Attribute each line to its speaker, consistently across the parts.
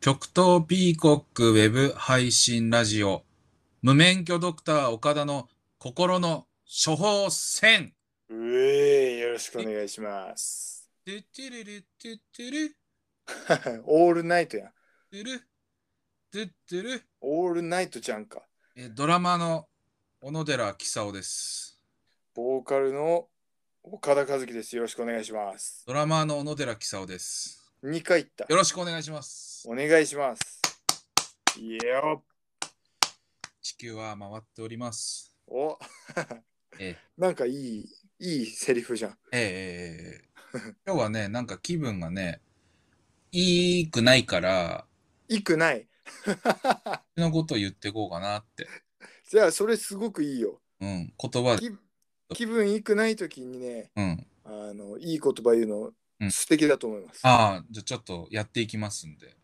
Speaker 1: 極東ピーコックウェブ配信ラジオ、無免許ドクター岡田の心の処方箋。
Speaker 2: うえー、よろしくお願いします。
Speaker 1: トゥトゥルルトゥトゥル
Speaker 2: オールナイトやん。
Speaker 1: トゥルトゥトゥル
Speaker 2: オールナイトちゃんか。
Speaker 1: えドラマの小野寺喜久夫です。
Speaker 2: ボーカルの岡田和樹です。よろしくお願いします。
Speaker 1: ドラマーの小野寺喜久夫です。
Speaker 2: 2回行った
Speaker 1: よ。ろしくお願いします。
Speaker 2: お願いします。いや
Speaker 1: 地球は回っております。
Speaker 2: お
Speaker 1: え
Speaker 2: なんかいい、いいセリフじゃん。
Speaker 1: えええええ今日はね、なんか気分がね、いいくないから、
Speaker 2: いくない。
Speaker 1: のことを言っていこうかなって。
Speaker 2: じゃあ、それすごくいいよ。
Speaker 1: うん、言葉で。
Speaker 2: 気気分いくない時にね、
Speaker 1: うん。
Speaker 2: あの、いい言葉言うの
Speaker 1: うん
Speaker 2: 素敵だと思います。
Speaker 1: ああ、じゃあちょっとやっていきますんで。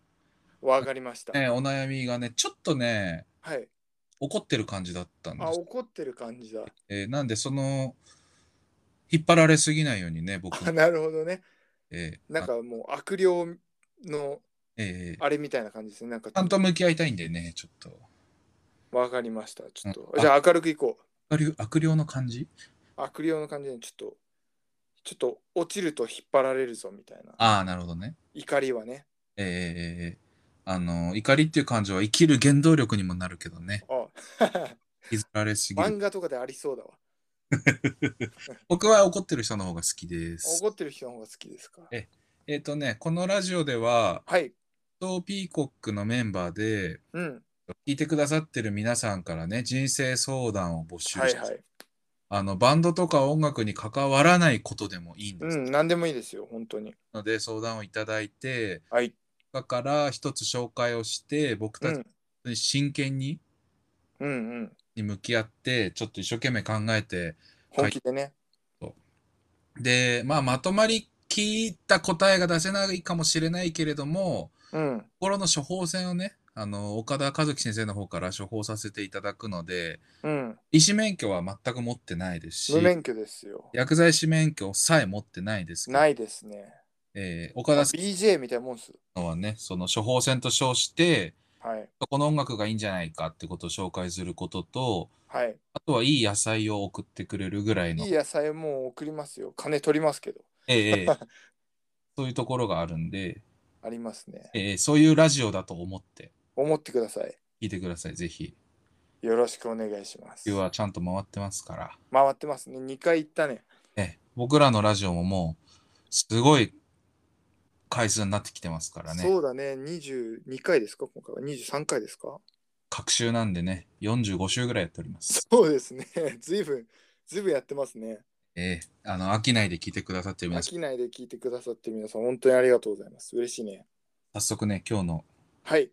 Speaker 2: わかりました。
Speaker 1: ね、お悩みがね、ちょっとね、
Speaker 2: はい。
Speaker 1: 怒ってる感じだったんで
Speaker 2: あ、
Speaker 1: す。
Speaker 2: 怒ってる感じだ。
Speaker 1: えーなんで、その、引っ張られすぎないようにね、僕
Speaker 2: あ、、なるほどね。
Speaker 1: えー
Speaker 2: なん
Speaker 1: あ
Speaker 2: かもう悪霊の
Speaker 1: えー
Speaker 2: あれみたいな感じですね。なんか
Speaker 1: ちゃんと向き合いたいんでね、ちょっと。
Speaker 2: わかりました。ちょっと
Speaker 1: う。ん
Speaker 2: じゃあ明るくいこ
Speaker 1: 悪霊悪霊の感じ
Speaker 2: う。悪霊の感じでちょっと、ちょっと落ちると引っ張られるぞみたいな。
Speaker 1: ああ、なるほどね。
Speaker 2: 怒りはね。
Speaker 1: えー、あの怒りっていう感情は生きる原動力にもなるけどね
Speaker 2: あ
Speaker 1: 引きずられすぎ
Speaker 2: 漫
Speaker 1: る
Speaker 2: 画とかでありそうだわ。
Speaker 1: 僕は怒ってる人の方が好きです
Speaker 2: 怒ってる人の方が好きですか。
Speaker 1: ええっ、とねこのラジオでは
Speaker 2: はい。
Speaker 1: トーピーコックのメンバーで
Speaker 2: うん。
Speaker 1: 聞いてくださってる皆さんからね人生相談を募集して、
Speaker 2: はいはい。
Speaker 1: あのバンドとか音楽に関わらないことでもいいんです、
Speaker 2: うん。何でもいいですよ。本当に。
Speaker 1: ので相談をいただいて
Speaker 2: はい。
Speaker 1: だから一つ紹介をして僕
Speaker 2: う
Speaker 1: たち
Speaker 2: ん。
Speaker 1: に真剣に,、
Speaker 2: うんうん。
Speaker 1: に向き合ってちょっと一生懸命考えて
Speaker 2: 本気でね。
Speaker 1: で、まあ、まとまり聞いた答えが出せないかもしれないけれども、
Speaker 2: うん。
Speaker 1: 心の処方箋をね、あの、岡田和樹先生の方から処方させていただくので、
Speaker 2: うん。
Speaker 1: 医師免許は全く持ってないですし
Speaker 2: 無、免許ですよ。
Speaker 1: 薬剤師免許さえ持ってないですけど、
Speaker 2: ないですね。
Speaker 1: えー
Speaker 2: あ
Speaker 1: 岡田さ
Speaker 2: BJ みたいなもんです。
Speaker 1: んのはね、その処方箋と称して、
Speaker 2: はい。
Speaker 1: この音楽がいいんじゃないかってことを紹介することと、
Speaker 2: はい。
Speaker 1: あとはいい野菜を送ってくれるぐらいの、
Speaker 2: いい野菜もう送りますよ。金取りますけど。
Speaker 1: えーえーそういうところがあるんで、
Speaker 2: ありますね。
Speaker 1: えーそういうラジオだと思って、
Speaker 2: 思ってください。
Speaker 1: 聞いてください、ぜひ。
Speaker 2: よろしくお願いします
Speaker 1: 今。日はちゃんと回ってますから。
Speaker 2: 回ってますね。2回行ったね。
Speaker 1: ええ僕らのラジオももう、すごい回数になってきてますからね。
Speaker 2: そうだね。22回ですか今回は23回ですか
Speaker 1: 各週なんでね、45週ぐらいやっております。
Speaker 2: そうですね。 ずいぶん、ずいぶんやってますね。
Speaker 1: ええあの、飽きないで聞いてくださってる皆
Speaker 2: 飽
Speaker 1: さん、
Speaker 2: きないで聞いてくださってる皆さん、本当にありがとうございます。嬉しいね。
Speaker 1: 早速ね、今日の
Speaker 2: はい。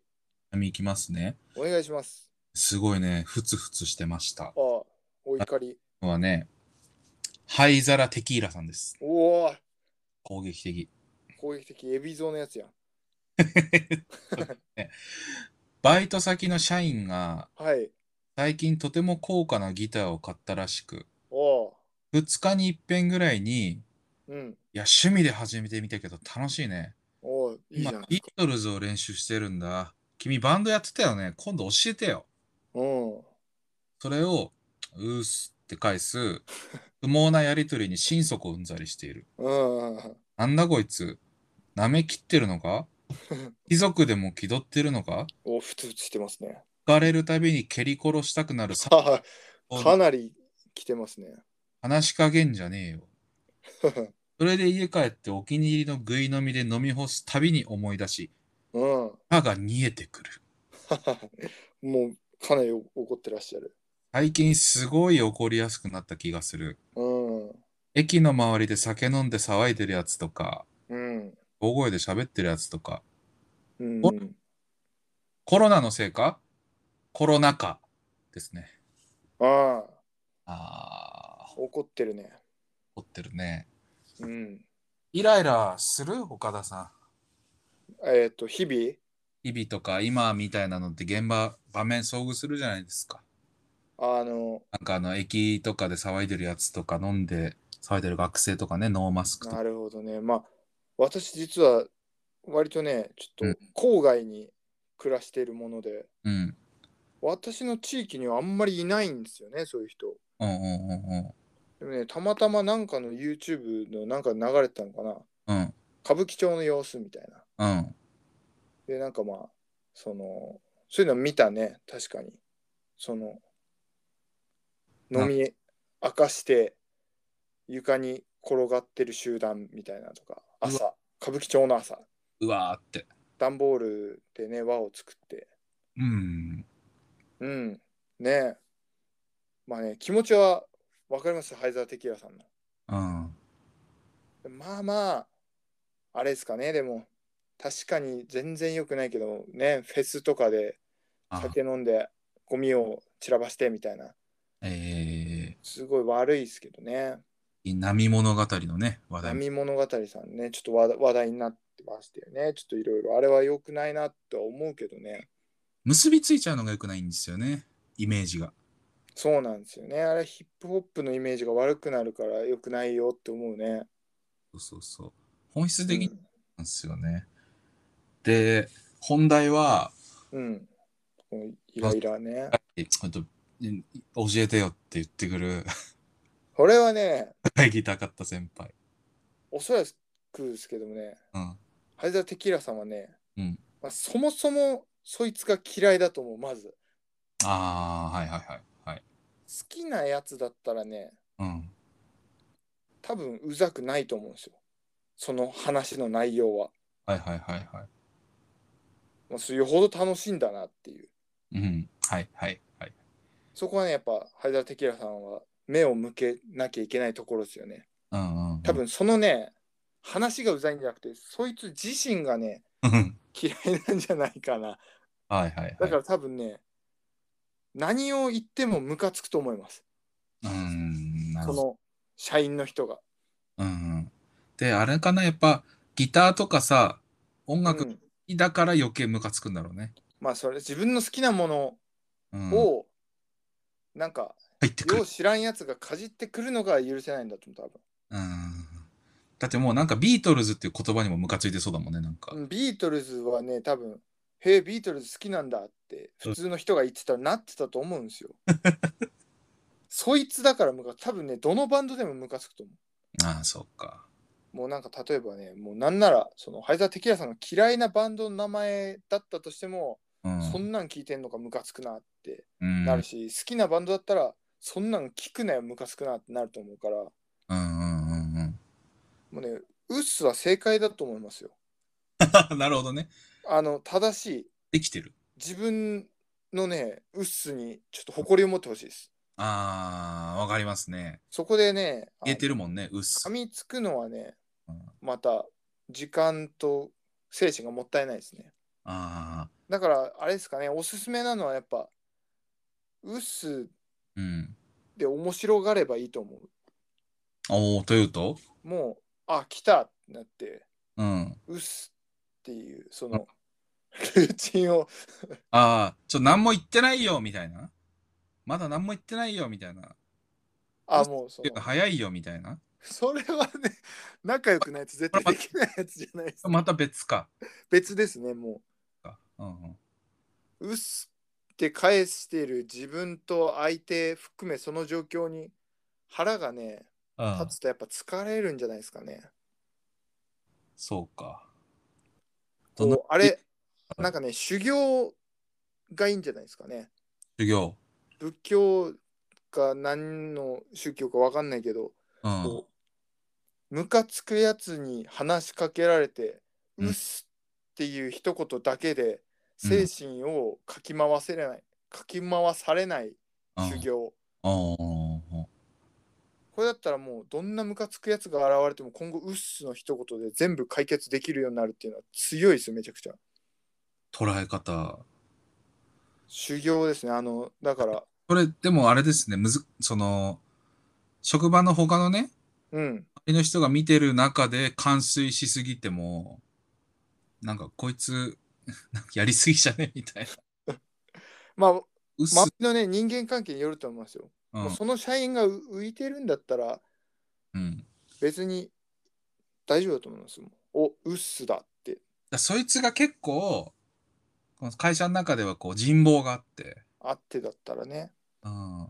Speaker 1: 波いきますね。
Speaker 2: お願いします。
Speaker 1: すごいね、ふつふつしてました
Speaker 2: あ。あ、お怒り。
Speaker 1: のはね、灰皿テキーラさんです。
Speaker 2: おお
Speaker 1: 攻撃的。
Speaker 2: 攻撃的、エビゾのやつやん。
Speaker 1: バイト先の社員が
Speaker 2: はい。
Speaker 1: 最近とても高価なギターを買ったらしく、
Speaker 2: おお
Speaker 1: 2日に一遍ぐらいに
Speaker 2: ーうん。
Speaker 1: いや、趣味で始めてみたけど楽しいね。
Speaker 2: おおいいじ
Speaker 1: 今
Speaker 2: ゃん。、
Speaker 1: ビートルズを練習してるんだ。君バンドやってたよね。今度教えてよ。
Speaker 2: うん。
Speaker 1: それを、うーすって返す、不毛なやりとりに心底うんざりしている。
Speaker 2: うんうん。うん
Speaker 1: なんだこいつ、舐めきってるのか貴族でも気取ってるのか
Speaker 2: おふつふつしてますね。
Speaker 1: 浮かれるたびに蹴り殺したくなるさ
Speaker 2: かなり来てますね。
Speaker 1: 話し加減じゃねえよ。それで家帰ってお気に入りの食い飲みで飲み干すたびに思い出し、
Speaker 2: うん。
Speaker 1: 歯が煮えてくる。
Speaker 2: もうかなり怒ってらっしゃる。
Speaker 1: 最近すごい怒りやすくなった気がする。
Speaker 2: うん。
Speaker 1: 駅の周りで酒飲んで騒いでるやつとか、
Speaker 2: うん。
Speaker 1: 大声で喋ってるやつとか、
Speaker 2: うん
Speaker 1: お。コロナのせいかコロナ禍ですね。
Speaker 2: ああ、
Speaker 1: あー、
Speaker 2: 怒ってるね。
Speaker 1: 怒ってるね。
Speaker 2: うん。
Speaker 1: イライラする岡田さ
Speaker 2: えっ、と、日々
Speaker 1: ん。日々とか今みたいなのって現場、場面遭遇するじゃないですか。
Speaker 2: あの、
Speaker 1: なんかあの、駅とかで騒いでるやつとか、飲んで騒いでる学生とかね、ノーマスクと
Speaker 2: な
Speaker 1: か。
Speaker 2: るほどね。まあ、私実は割とね、ち
Speaker 1: う
Speaker 2: ょっ
Speaker 1: ん
Speaker 2: と郊外に暮らしているもので
Speaker 1: うん。
Speaker 2: 私の地域にはあんまりいないんですよねそういう人
Speaker 1: うんうんうん
Speaker 2: でもねたまたまなんかの YouTube のなんか流れてたのか
Speaker 1: う
Speaker 2: な
Speaker 1: ん。うん。
Speaker 2: 歌舞伎町の様子みたいな
Speaker 1: うん。
Speaker 2: でなんかまあそのそういうの見たね確かにその飲み明かして床に転がってる集団みたいなとか朝歌舞伎町の朝
Speaker 1: うわーって。
Speaker 2: 段ボールでね輪を作って
Speaker 1: うん。
Speaker 2: うんねえまあね気持ちは分かりますハイザーテキーラさんの
Speaker 1: うん。
Speaker 2: まあまあ、あれですかね、でも、確かに全然良くないけど、ね、フェスとかで
Speaker 1: あ、
Speaker 2: 酒飲んでゴミを散らばしてみたいな、
Speaker 1: え
Speaker 2: すごい悪いですけどね。
Speaker 1: ー、波物語のね、話題。
Speaker 2: 波物語さんね、ちょっと話話題になってましたよね。ちょっといろいろ、あれは良くないなとは思うけどね。
Speaker 1: 結びついちゃうのが良くないんですよね。イメージが。
Speaker 2: そうなんですよね。あれ、ヒップホップのイメージが悪くなるから良くないよって思うね。
Speaker 1: そうそうそう。本質
Speaker 2: う
Speaker 1: 的なん
Speaker 2: ん。
Speaker 1: ですよね。で、本題は、
Speaker 2: うん、このイライラね。
Speaker 1: えちょっと、ん教えてよって言ってくる、
Speaker 2: これはね、
Speaker 1: 会議たかった先輩。
Speaker 2: おそらくですけどもね、
Speaker 1: うん。
Speaker 2: ハイザー・テキーラさんはね、
Speaker 1: うん
Speaker 2: まあ、そもそもそいつが嫌いだと思うまず
Speaker 1: ああ、はいはいはい。はい。
Speaker 2: 好きなやつだったらね
Speaker 1: うん。
Speaker 2: 多分うざくないと思うんですよその話の内容は、
Speaker 1: はいはいはいは
Speaker 2: まあ、それよほど楽しいんだなっていう
Speaker 1: い。うん。はいはいはい。
Speaker 2: そこはねやっぱハイザー・テキーラさんは目を向けなきゃいけないところですよね
Speaker 1: うんうん、うん。
Speaker 2: 多分そのね話がうざいんじゃなくてそいつ自身がね
Speaker 1: うん。
Speaker 2: 嫌いなんじゃないかな
Speaker 1: はいはいは
Speaker 2: だ
Speaker 1: い
Speaker 2: か。ら多分ね、何を言ってもムカつくと思います
Speaker 1: うん。なる
Speaker 2: そ
Speaker 1: ほど。
Speaker 2: の社員の人が、
Speaker 1: うんうん。で、あれかな、やっぱ、ギターとかさ、音楽
Speaker 2: う
Speaker 1: 好
Speaker 2: ん
Speaker 1: きだから余計ムカつくんだろうね。
Speaker 2: まあそれ自分の好きなもの
Speaker 1: うん。入
Speaker 2: を、なんか
Speaker 1: ってく
Speaker 2: よ
Speaker 1: る
Speaker 2: う。知らんやつがかじってくるのが許せないんだと思う
Speaker 1: うん。だってもうなんかビートルズっていう言葉にもムカついてそうだもんね、なんか
Speaker 2: 多。分ビートルズはね多分「へえビートルズ好きなんだ」って普通の人が言ってたらなってたと思うん ですよそいつだからムカ多分ねどのバンドでもムカつくと思
Speaker 1: ああ、そうか。
Speaker 2: うもうなんか例えばねもうなんならそのハイザー・テキラさんの嫌いなバンドの名前だったとしても、
Speaker 1: うん。
Speaker 2: そんなん聞いてんのかムカつくなって
Speaker 1: うん
Speaker 2: なるし、好きなバンドだったらそんなん聞くなよムカつくなってなると思うからも
Speaker 1: うんうんうん
Speaker 2: うねウッスは正解だと思いますよ
Speaker 1: うん。 なるほどね。
Speaker 2: あの正しい
Speaker 1: できてる。
Speaker 2: 自分のねウッスにちょっと誇りを持ってほしいです
Speaker 1: ああ、わかりますね。
Speaker 2: そこでねあの
Speaker 1: 言えてるもんね、うっす
Speaker 2: 噛。みつくのはね
Speaker 1: うん
Speaker 2: また時間と精神がもったいないですね
Speaker 1: ああ、
Speaker 2: だからあれですかねおすすめなのはやっぱウッス
Speaker 1: うん。
Speaker 2: で面白がればいいと思
Speaker 1: おお、というと
Speaker 2: うもうあ来たってなって
Speaker 1: うん。
Speaker 2: ウッスっていうそのルーチンを
Speaker 1: ああ、ちょ、何も言ってないよ、みたいな。まだ何も言ってないよ、みたいな。
Speaker 2: あもうそ
Speaker 1: て
Speaker 2: の
Speaker 1: いうか早いよみたいな。
Speaker 2: それはね仲良くないと絶対できないやつじゃないです
Speaker 1: また別か。
Speaker 2: 別ですねも
Speaker 1: うんうん、
Speaker 2: う「うっす」って返してる自分と相手含めその状況に腹がね
Speaker 1: ああ
Speaker 2: 立つとやっぱ疲れるんじゃないですかね、
Speaker 1: そうか。
Speaker 2: こ
Speaker 1: ど
Speaker 2: う
Speaker 1: んな
Speaker 2: あれなんかね修行がいいんじゃないですかね
Speaker 1: 授業。
Speaker 2: 仏教か何の宗教か分かんないけど
Speaker 1: うん。
Speaker 2: こうムカつくやつに話しかけられて「
Speaker 1: うん
Speaker 2: うっす」っていう一言だけで
Speaker 1: う
Speaker 2: 精
Speaker 1: ん
Speaker 2: 神をかき回せれない、かき回されない修行、
Speaker 1: うんうん
Speaker 2: これだったらもうどんなムカつくやつが現れても今後うっすの一言で全部解決できるようになるっていうのは強いですよめちゃくちゃ
Speaker 1: 捉え方。
Speaker 2: 修行ですねあのだから
Speaker 1: これ、でもあれですね、むず、その、職場の他のね、
Speaker 2: うん
Speaker 1: 周りの人が見てる中で完遂しすぎても、なんかこいつ、 なんかやりすぎじゃねみたいな。
Speaker 2: まあ
Speaker 1: うっす。
Speaker 2: 周りのね人間関係によると思いますよ、
Speaker 1: うん
Speaker 2: もうその社員がう浮いてるんだったら
Speaker 1: うん。
Speaker 2: 別に大丈夫だと思いますよおうっすだって
Speaker 1: だそいつが結構、この会社の中ではこう人望があって、
Speaker 2: あってだったらね
Speaker 1: うん、っ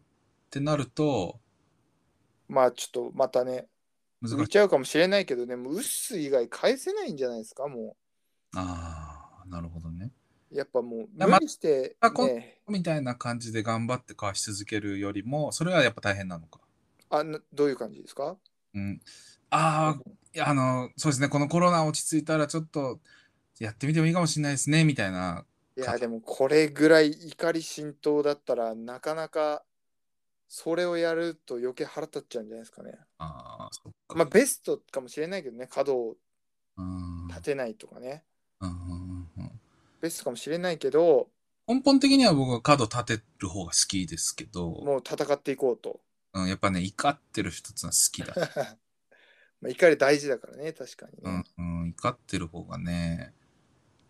Speaker 1: てなると
Speaker 2: まあちょっとまたね
Speaker 1: 難
Speaker 2: 浮い
Speaker 1: しい。
Speaker 2: ちゃうかもしれないけどねもうウッス以外返せないんじゃないですかも
Speaker 1: ああ、なるほどね。
Speaker 2: うやっぱもう
Speaker 1: や
Speaker 2: 無理して、
Speaker 1: まあこん
Speaker 2: ね、
Speaker 1: みたいな感じで頑張って返し続けるよりも、それはやっぱ大変なのか。
Speaker 2: あなどういう感じですか
Speaker 1: うん、ああ、いやあの、そうですね、このコロナ落ち着いたら、ちょっとやってみてもいいかもしれないですね、みたいな。
Speaker 2: いや
Speaker 1: か
Speaker 2: でもこれぐらい怒り浸透だったらなかなかそれをやると余計腹立っちゃうんじゃないですかね。
Speaker 1: ああ、そっか。
Speaker 2: まあベストかもしれないけどね角を
Speaker 1: うん
Speaker 2: 立てないとかね
Speaker 1: うんうんうんうん
Speaker 2: ベストかもしれないけど
Speaker 1: 根本的には僕は角立てる方が好きですけど、
Speaker 2: もう戦っていこうと。
Speaker 1: うん、やっぱね、怒ってる人ってのは好きだ。
Speaker 2: まあ怒り大事だからね確かに
Speaker 1: う
Speaker 2: ね
Speaker 1: ん。、うん、怒ってる方がね、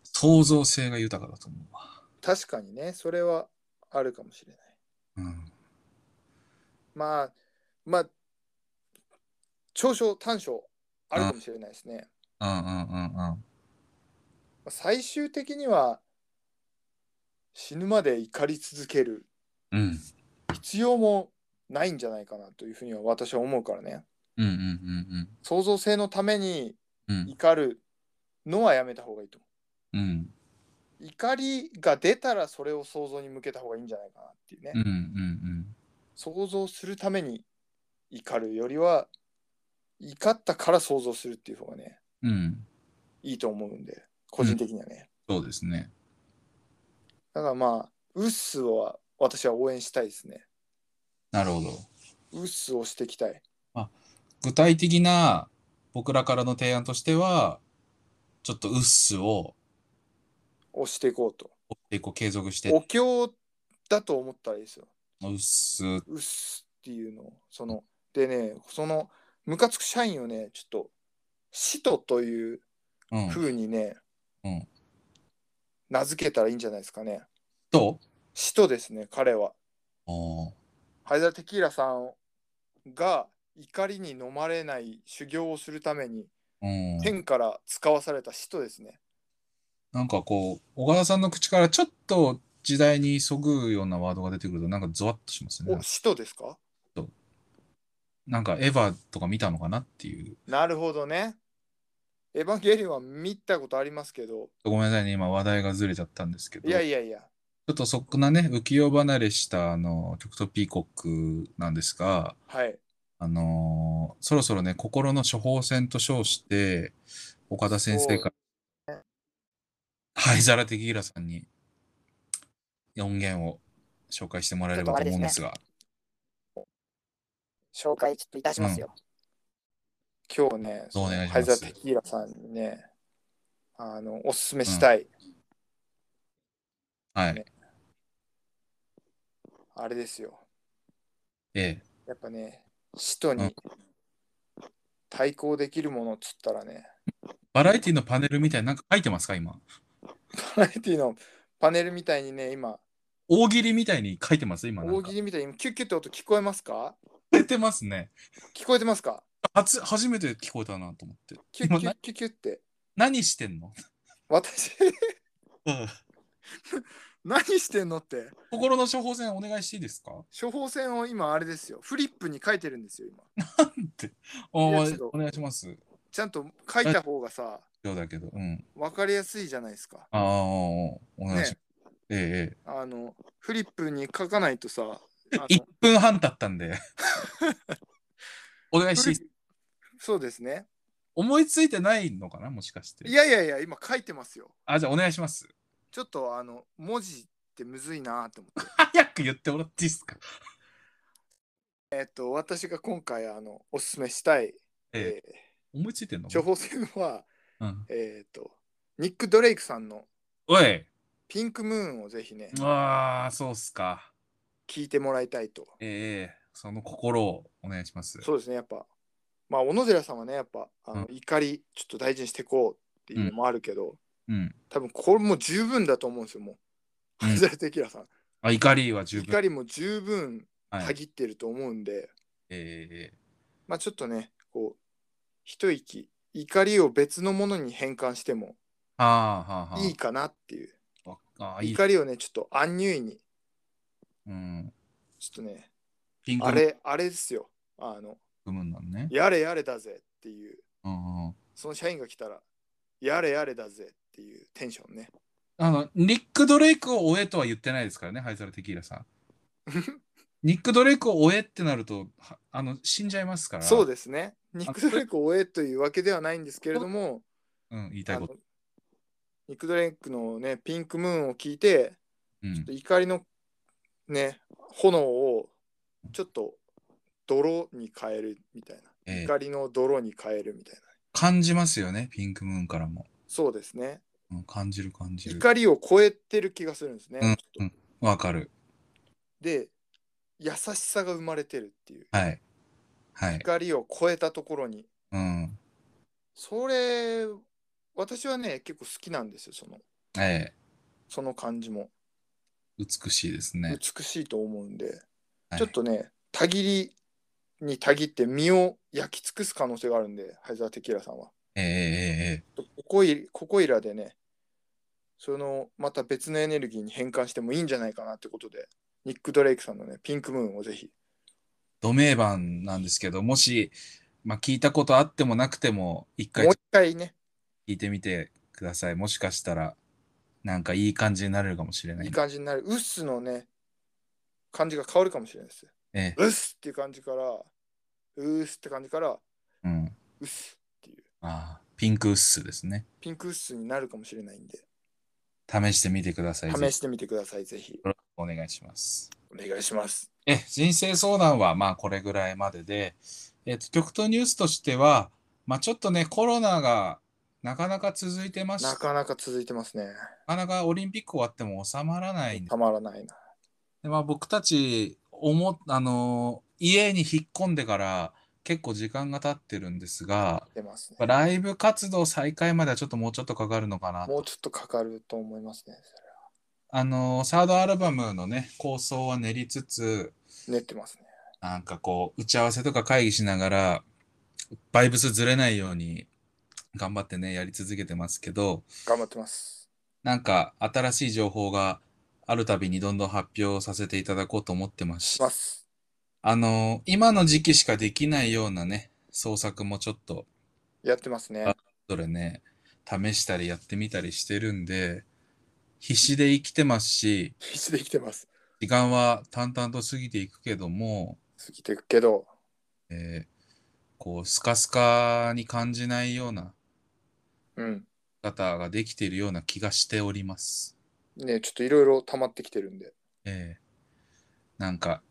Speaker 1: 創造性が豊かだと思うわ。
Speaker 2: 確かにねそれはあるかもしれない。
Speaker 1: うん、
Speaker 2: まあまあ長所短所あるかもしれないですね。
Speaker 1: うん、うん、うん、うん。
Speaker 2: まあ最終的には死ぬまで怒り続ける
Speaker 1: うん、
Speaker 2: 必要もないんじゃないかなというふうには私は思うからね
Speaker 1: うん、うん、うん、
Speaker 2: 創造性のために
Speaker 1: うん、
Speaker 2: 怒るのはやめた方がいいと思
Speaker 1: うん、
Speaker 2: う怒りが出たらそれを想像に向けた方がいいんじゃないかなっていうね、
Speaker 1: うん、うん、うん。
Speaker 2: 想像するために怒るよりは怒ったから想像するっていう方がね
Speaker 1: うん、
Speaker 2: いいと思うんで個人的にはね、
Speaker 1: そうですね。
Speaker 2: だからまあウッスは私は応援したいですね
Speaker 1: なるほど。
Speaker 2: ウッスをしていきたい
Speaker 1: 具体的な僕らからの提案としては、ちょっとウッスを
Speaker 2: をしていこうと
Speaker 1: 結構継続して、
Speaker 2: お経だと思ったらいいですよ
Speaker 1: ウッス、
Speaker 2: うっすっていうのをそのでねそのムカつく社員をねちょっと使徒という
Speaker 1: うん、
Speaker 2: 風にね、
Speaker 1: うん
Speaker 2: 名付けたらいいんじゃないですかね
Speaker 1: と、
Speaker 2: 使徒ですね彼は
Speaker 1: おー
Speaker 2: ハイダーテキーラさんが怒りに飲まれない修行をするために
Speaker 1: うん、
Speaker 2: 天から使わされた使徒ですね
Speaker 1: なんかこう、小川さんの口からちょっと時代にそぐうようなワードが出てくると、なんかゾワッとしますね
Speaker 2: お。使徒ですか
Speaker 1: なんかエヴァとか見たのかなっていう。
Speaker 2: なるほどねエヴァンゲリオンは見たことありますけど
Speaker 1: ごめんなさいね、今話題がずれちゃったんですけど、
Speaker 2: いやいやいや
Speaker 1: ちょっとそこなね、浮世離れしたあの、曲とピーコックなんですが、
Speaker 2: はい
Speaker 1: あのーそろそろね、心の処方箋と称して、岡田先生から、灰皿テキーラさんに音源を紹介してもらえればと思うんですが、
Speaker 3: 紹介ちょっといたしますよ。
Speaker 2: 今日ね、
Speaker 1: お願いします
Speaker 2: ハイザーテキーラさんにね、あの、おすすめしたい、
Speaker 1: はい
Speaker 2: ね。あれですよ。
Speaker 1: ええ、
Speaker 2: やっぱね、使徒
Speaker 1: うん
Speaker 2: に対抗できるものっつったらね、
Speaker 1: バラエティのパネルみたいになんか書いてますか、今。
Speaker 2: バラエティのパネルみたいにね、今、
Speaker 1: 大喜利みたいに書いてます、今。なん
Speaker 2: 大
Speaker 1: か
Speaker 2: 喜利みたいに、キュッキュッって音聞こえますか
Speaker 1: 出てますね。
Speaker 2: 聞こえてますか
Speaker 1: 初、初めて聞こえたなと思って。
Speaker 2: キュッキュッキュッキュッって。
Speaker 1: 何してんの
Speaker 2: 私、
Speaker 1: うん
Speaker 2: 何してんのって、
Speaker 1: 心の処方箋お願いしていいですか
Speaker 2: 処方箋を今、あれですよ、フリップに書いてるんですよ、今。
Speaker 1: お
Speaker 2: いや
Speaker 1: お
Speaker 2: ちょっと
Speaker 1: 願いします。
Speaker 2: ちゃんと書いた方がさ、
Speaker 1: ようだけど。うん。
Speaker 2: わかりやすいじゃないですか。
Speaker 1: ああ、お願いします。
Speaker 2: ね
Speaker 1: ええ、ええ。
Speaker 2: あの、フリップに書かないとさ、あの
Speaker 1: 1分半経ったんで。お願いしていいですか
Speaker 2: そうですね。
Speaker 1: 思いついてないのかなもしかして。
Speaker 2: いやいやいや、今書いてますよ。
Speaker 1: あ、じゃあお願いします。
Speaker 2: ちょっとあの、文字ってむずいなって思って。
Speaker 1: 早く言ってもらっていいですか
Speaker 2: えっと、私が今回あの、おすすめしたい、
Speaker 1: ええ
Speaker 2: え
Speaker 1: 思いついてんの
Speaker 2: ー処方箋は、
Speaker 1: うん。
Speaker 2: えっと、ニック・ドレイクさんの
Speaker 1: おい
Speaker 2: ピンクムーンをぜひね、
Speaker 1: ああ、そうっすか。
Speaker 2: 聞いてもらいたいと。
Speaker 1: ええその心をお願いします。
Speaker 2: そうですね、やっぱ。まあ、小野寺さんはね、やっぱ、あの
Speaker 1: う
Speaker 2: 怒り、ちょっと大事にしていこうっていうのもあるけど、
Speaker 1: うん。
Speaker 2: 多分これも十分だと思うんですよ、もう。
Speaker 1: うん
Speaker 2: ハザルテキラさん。
Speaker 1: あ、怒りは十
Speaker 2: 怒
Speaker 1: 分。
Speaker 2: りも十分
Speaker 1: はい、
Speaker 2: 限ってると思うんで、
Speaker 1: ええ
Speaker 2: まあちょっとねこう一息怒りを別のものに変換しても
Speaker 1: はあはあはい
Speaker 2: いかなっていう
Speaker 1: あ。わああ、いい。
Speaker 2: 怒りをね、ちょっとアンニュイに、
Speaker 1: うん。
Speaker 2: ちょっとね、
Speaker 1: ピンク
Speaker 2: あ
Speaker 1: の
Speaker 2: れ、あれですよ。あの、
Speaker 1: 部分なんね。
Speaker 2: やれやれだぜっていう、
Speaker 1: うんうん。
Speaker 2: その社員が来たら、やれやれだぜっていうテンションね。
Speaker 1: あの、ニック・ドレイクを追えとは言ってないですからね、ハイザル・テキーラさん。ニック・ドレイクを追えってなると、はあの、死んじゃいますから。
Speaker 2: そうですね。ニック・ドレイクを追えというわけではないんですけれども、
Speaker 1: うん、言いたい
Speaker 2: あ
Speaker 1: こ
Speaker 2: の
Speaker 1: と。
Speaker 2: ニック・ドレイクのね、ピンクムーンを聞いて、
Speaker 1: う
Speaker 2: ちょっ
Speaker 1: ん
Speaker 2: と。怒りのね、炎をちょっと泥に変えるみたいな。
Speaker 1: ええ
Speaker 2: 怒りの泥に変えるみたいな。
Speaker 1: 感じますよね、ピンク・ムーンからも。
Speaker 2: そうですね。
Speaker 1: うん、感じる感じる。
Speaker 2: 怒りを超えてる気がするんですね。
Speaker 1: うん
Speaker 2: ちょっと
Speaker 1: わかる。
Speaker 2: で、優しさが生まれてるっていう。
Speaker 1: はい。はい。
Speaker 2: 怒りを超えたところに。
Speaker 1: うん。
Speaker 2: それ、私はね、結構好きなんですよ。その、
Speaker 1: ええ
Speaker 2: その感じも。
Speaker 1: 美しいですね。
Speaker 2: 美しいと思うんで、
Speaker 1: はい
Speaker 2: ちょっとね、たぎりにたぎって身を焼き尽くす可能性があるんで、ハイザーテキーラさんは。
Speaker 1: えええええ
Speaker 2: ここいここいらでね、そのまた別のエネルギーに変換してもいいんじゃないかなってことで、ニック・ドレイクさんのね、ピンクムーンをぜひ。
Speaker 1: ド名番なんですけど、もし、まあ、聞いたことあってもなくても、一回
Speaker 2: もう
Speaker 1: 聞
Speaker 2: 一回ね、
Speaker 1: いてみてください。もしかしたら、なんかいい感じになれるかもしれないい
Speaker 2: い
Speaker 1: んで。
Speaker 2: 感じになる。ウッスのね、感じが変わるかもしれないです。
Speaker 1: ええ
Speaker 2: ウッスっていう感じから、ウッスって感じから、
Speaker 1: うん。
Speaker 2: ウッスっていう、
Speaker 1: ああ、ピンクウッスですね。
Speaker 2: ピンクウッスになるかもしれないんで、
Speaker 1: 試してみてください。ぜ
Speaker 2: 試
Speaker 1: ひ
Speaker 2: してみてください、ぜひ。
Speaker 1: お願いします。
Speaker 2: お願いします。
Speaker 1: え、人生相談はまあこれぐらいまでで、えっと、局とニュースとしては、まあちょっとね、コロナがなかなか続いてまして、
Speaker 2: な
Speaker 1: なか
Speaker 2: かなか続いてますね。
Speaker 1: なかオリンピック終わっても収まらないんで
Speaker 2: たまらないな。
Speaker 1: でまあ、僕たち思、あのー家に引っ込んでから結構時間が経ってるんですが、
Speaker 2: 出ますね。
Speaker 1: ライブ活動再開まではちょっともうちょっとかかるのかなと
Speaker 2: もうちょっとかかると思いますね。
Speaker 1: あのーサードアルバムのね、構想は練りつつ、
Speaker 2: それ練ってますね。
Speaker 1: なんかこう、打ち合わせとか会議しながら、バイブスずれないように頑張ってね、やり続けてますけど、
Speaker 2: 頑張ってます。
Speaker 1: なんか新しい情報があるたびにどんどん発表させていただこうと思ってますし
Speaker 2: し、ます。
Speaker 1: あのー今の時期しかできないようなね、創作もちょっと、
Speaker 2: やってますね
Speaker 1: あ。どれね、試したりやってみたりしてるんで、必死で生きてますし、
Speaker 2: 必死できてます。
Speaker 1: 時間は淡々と過ぎていくけども、
Speaker 2: 過ぎていくけど、
Speaker 1: えーこう、スカスカに感じないような
Speaker 2: うん。
Speaker 1: 方ができているような気がしております。
Speaker 2: ねちょっといろいろ溜まってきてるんで。
Speaker 1: えーなんか、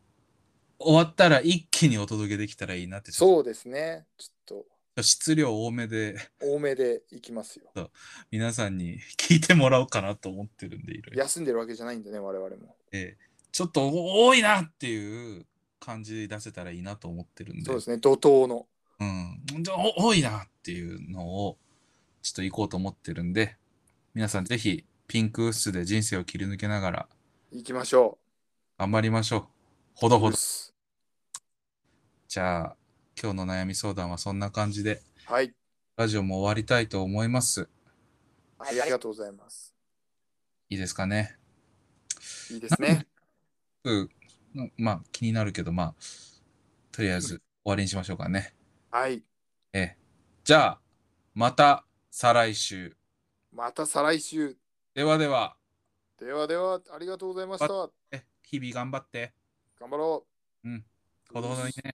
Speaker 1: 終わったら一気にお届けできたらいいなって、ちょっ
Speaker 2: そうですね。ちょっ
Speaker 1: と質量多めで
Speaker 2: と多めでいきますよ。
Speaker 1: 皆さんに聞いてもらおうかなと思ってるんで、いろいろ。
Speaker 2: 休んでるわけじゃないんでね、我々も。
Speaker 1: えーちょっと多いなっていう感じ出せたらいいなと思ってるんで、
Speaker 2: そうですね。怒涛の。
Speaker 1: うん、じゃあお多いなっていうのをちょっと行こうと思ってるんで、皆さんぜひピンクウッスで人生を切り抜けながら
Speaker 2: いきましょ
Speaker 1: 頑張りましょう。ほど
Speaker 2: う。
Speaker 1: ほ
Speaker 2: うっ
Speaker 1: ど。
Speaker 2: す
Speaker 1: じゃあ今日の悩み相談はそんな感じで
Speaker 2: はい。
Speaker 1: ラジオも終わりたいと思います。
Speaker 2: ありがとうございます。
Speaker 1: いいですかね。
Speaker 2: いいですね。
Speaker 1: うんまあ気になるけどまあとりあえず終わりにしましょうかね。
Speaker 2: はい。
Speaker 1: ええ。じゃあまた再来週。
Speaker 2: また再来週。
Speaker 1: ではでは、
Speaker 2: ではでは、ありがとうございました。
Speaker 1: え日々頑張って。
Speaker 2: 頑張ろ
Speaker 1: うん。
Speaker 2: う。
Speaker 1: ほどほどにね。